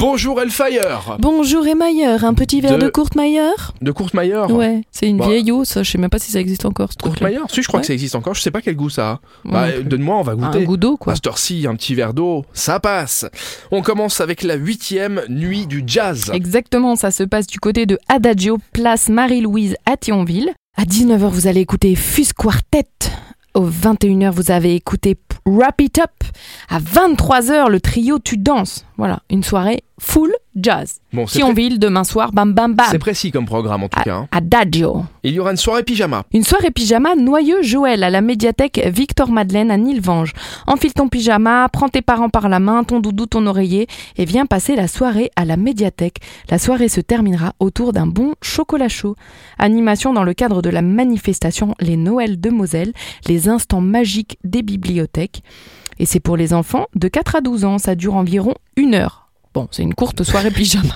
Bonjour Hellfire Bonjour et Mailleur, un petit verre Ah De- de, Courtmayer de Kurt Mayer. Ouais, c'est une Bah. vieille eau, ça, je sais même pas si ça existe encore ce Kurt truc-là. Mayer, si je crois Ouais. que ça existe encore, je sais pas quel goût ça a. Ouais, Bah, non plus. donne-moi, on va un goûter. goût d'eau quoi. À cette heure-ci, un petit verre d'eau, ça passe. On commence avec la huitième nuit du jazz. Exactement, ça se passe du côté de Adagio, place Marie-Louise à Thionville. À 19h, vous allez écouter Fus Quartet. Au 21h, vous avez écouté Wrap It Up. À 23h, le trio Tu Danses. Voilà, une soirée full jazz. Bon, c'est, pré- Thionville, demain soir, bam bam bam. c'est précis comme programme en Ah. tout cas. hein. Adagio. Il y aura une soirée pyjama. Une soirée pyjama noyeux Joël à la médiathèque Victor Madeleine à Nilvange. Enfile ton pyjama, prends tes parents par la main, ton doudou, ton oreiller et viens passer la soirée à la médiathèque. La soirée se terminera autour d'un bon chocolat chaud. Animation dans le cadre de la manifestation Les Noëls de Moselle, les instants magiques des bibliothèques. Et c'est pour les enfants de 4 à 12 ans, ça dure environ une heure. Bon, c'est une courte soirée pyjama.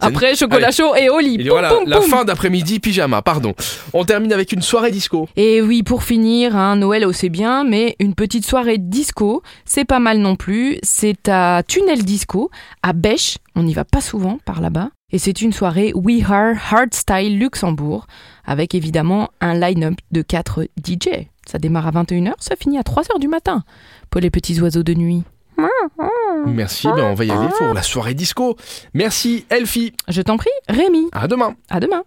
Après, chocolat chaud et au lit. Il y Poum, aura la, poum, la poum. fin d'après-midi pyjama, pardon. On termine avec une soirée disco. Et oui, pour finir, hein, Noël, oh, c'est bien, mais une petite soirée disco, c'est pas mal non plus. C'est à Tunnel Disco, à Bèche. On n'y va pas souvent par là-bas. Et c'est une soirée We Are Hardstyle Luxembourg, avec évidemment un line-up de 4 DJ. Ça démarre à 21h, ça finit à 3h du matin. Pour les petits oiseaux de nuit. Merci, ben on va y aller pour la soirée disco. Merci Elfie, Je t'en prie, Rémi, à demain. à demain.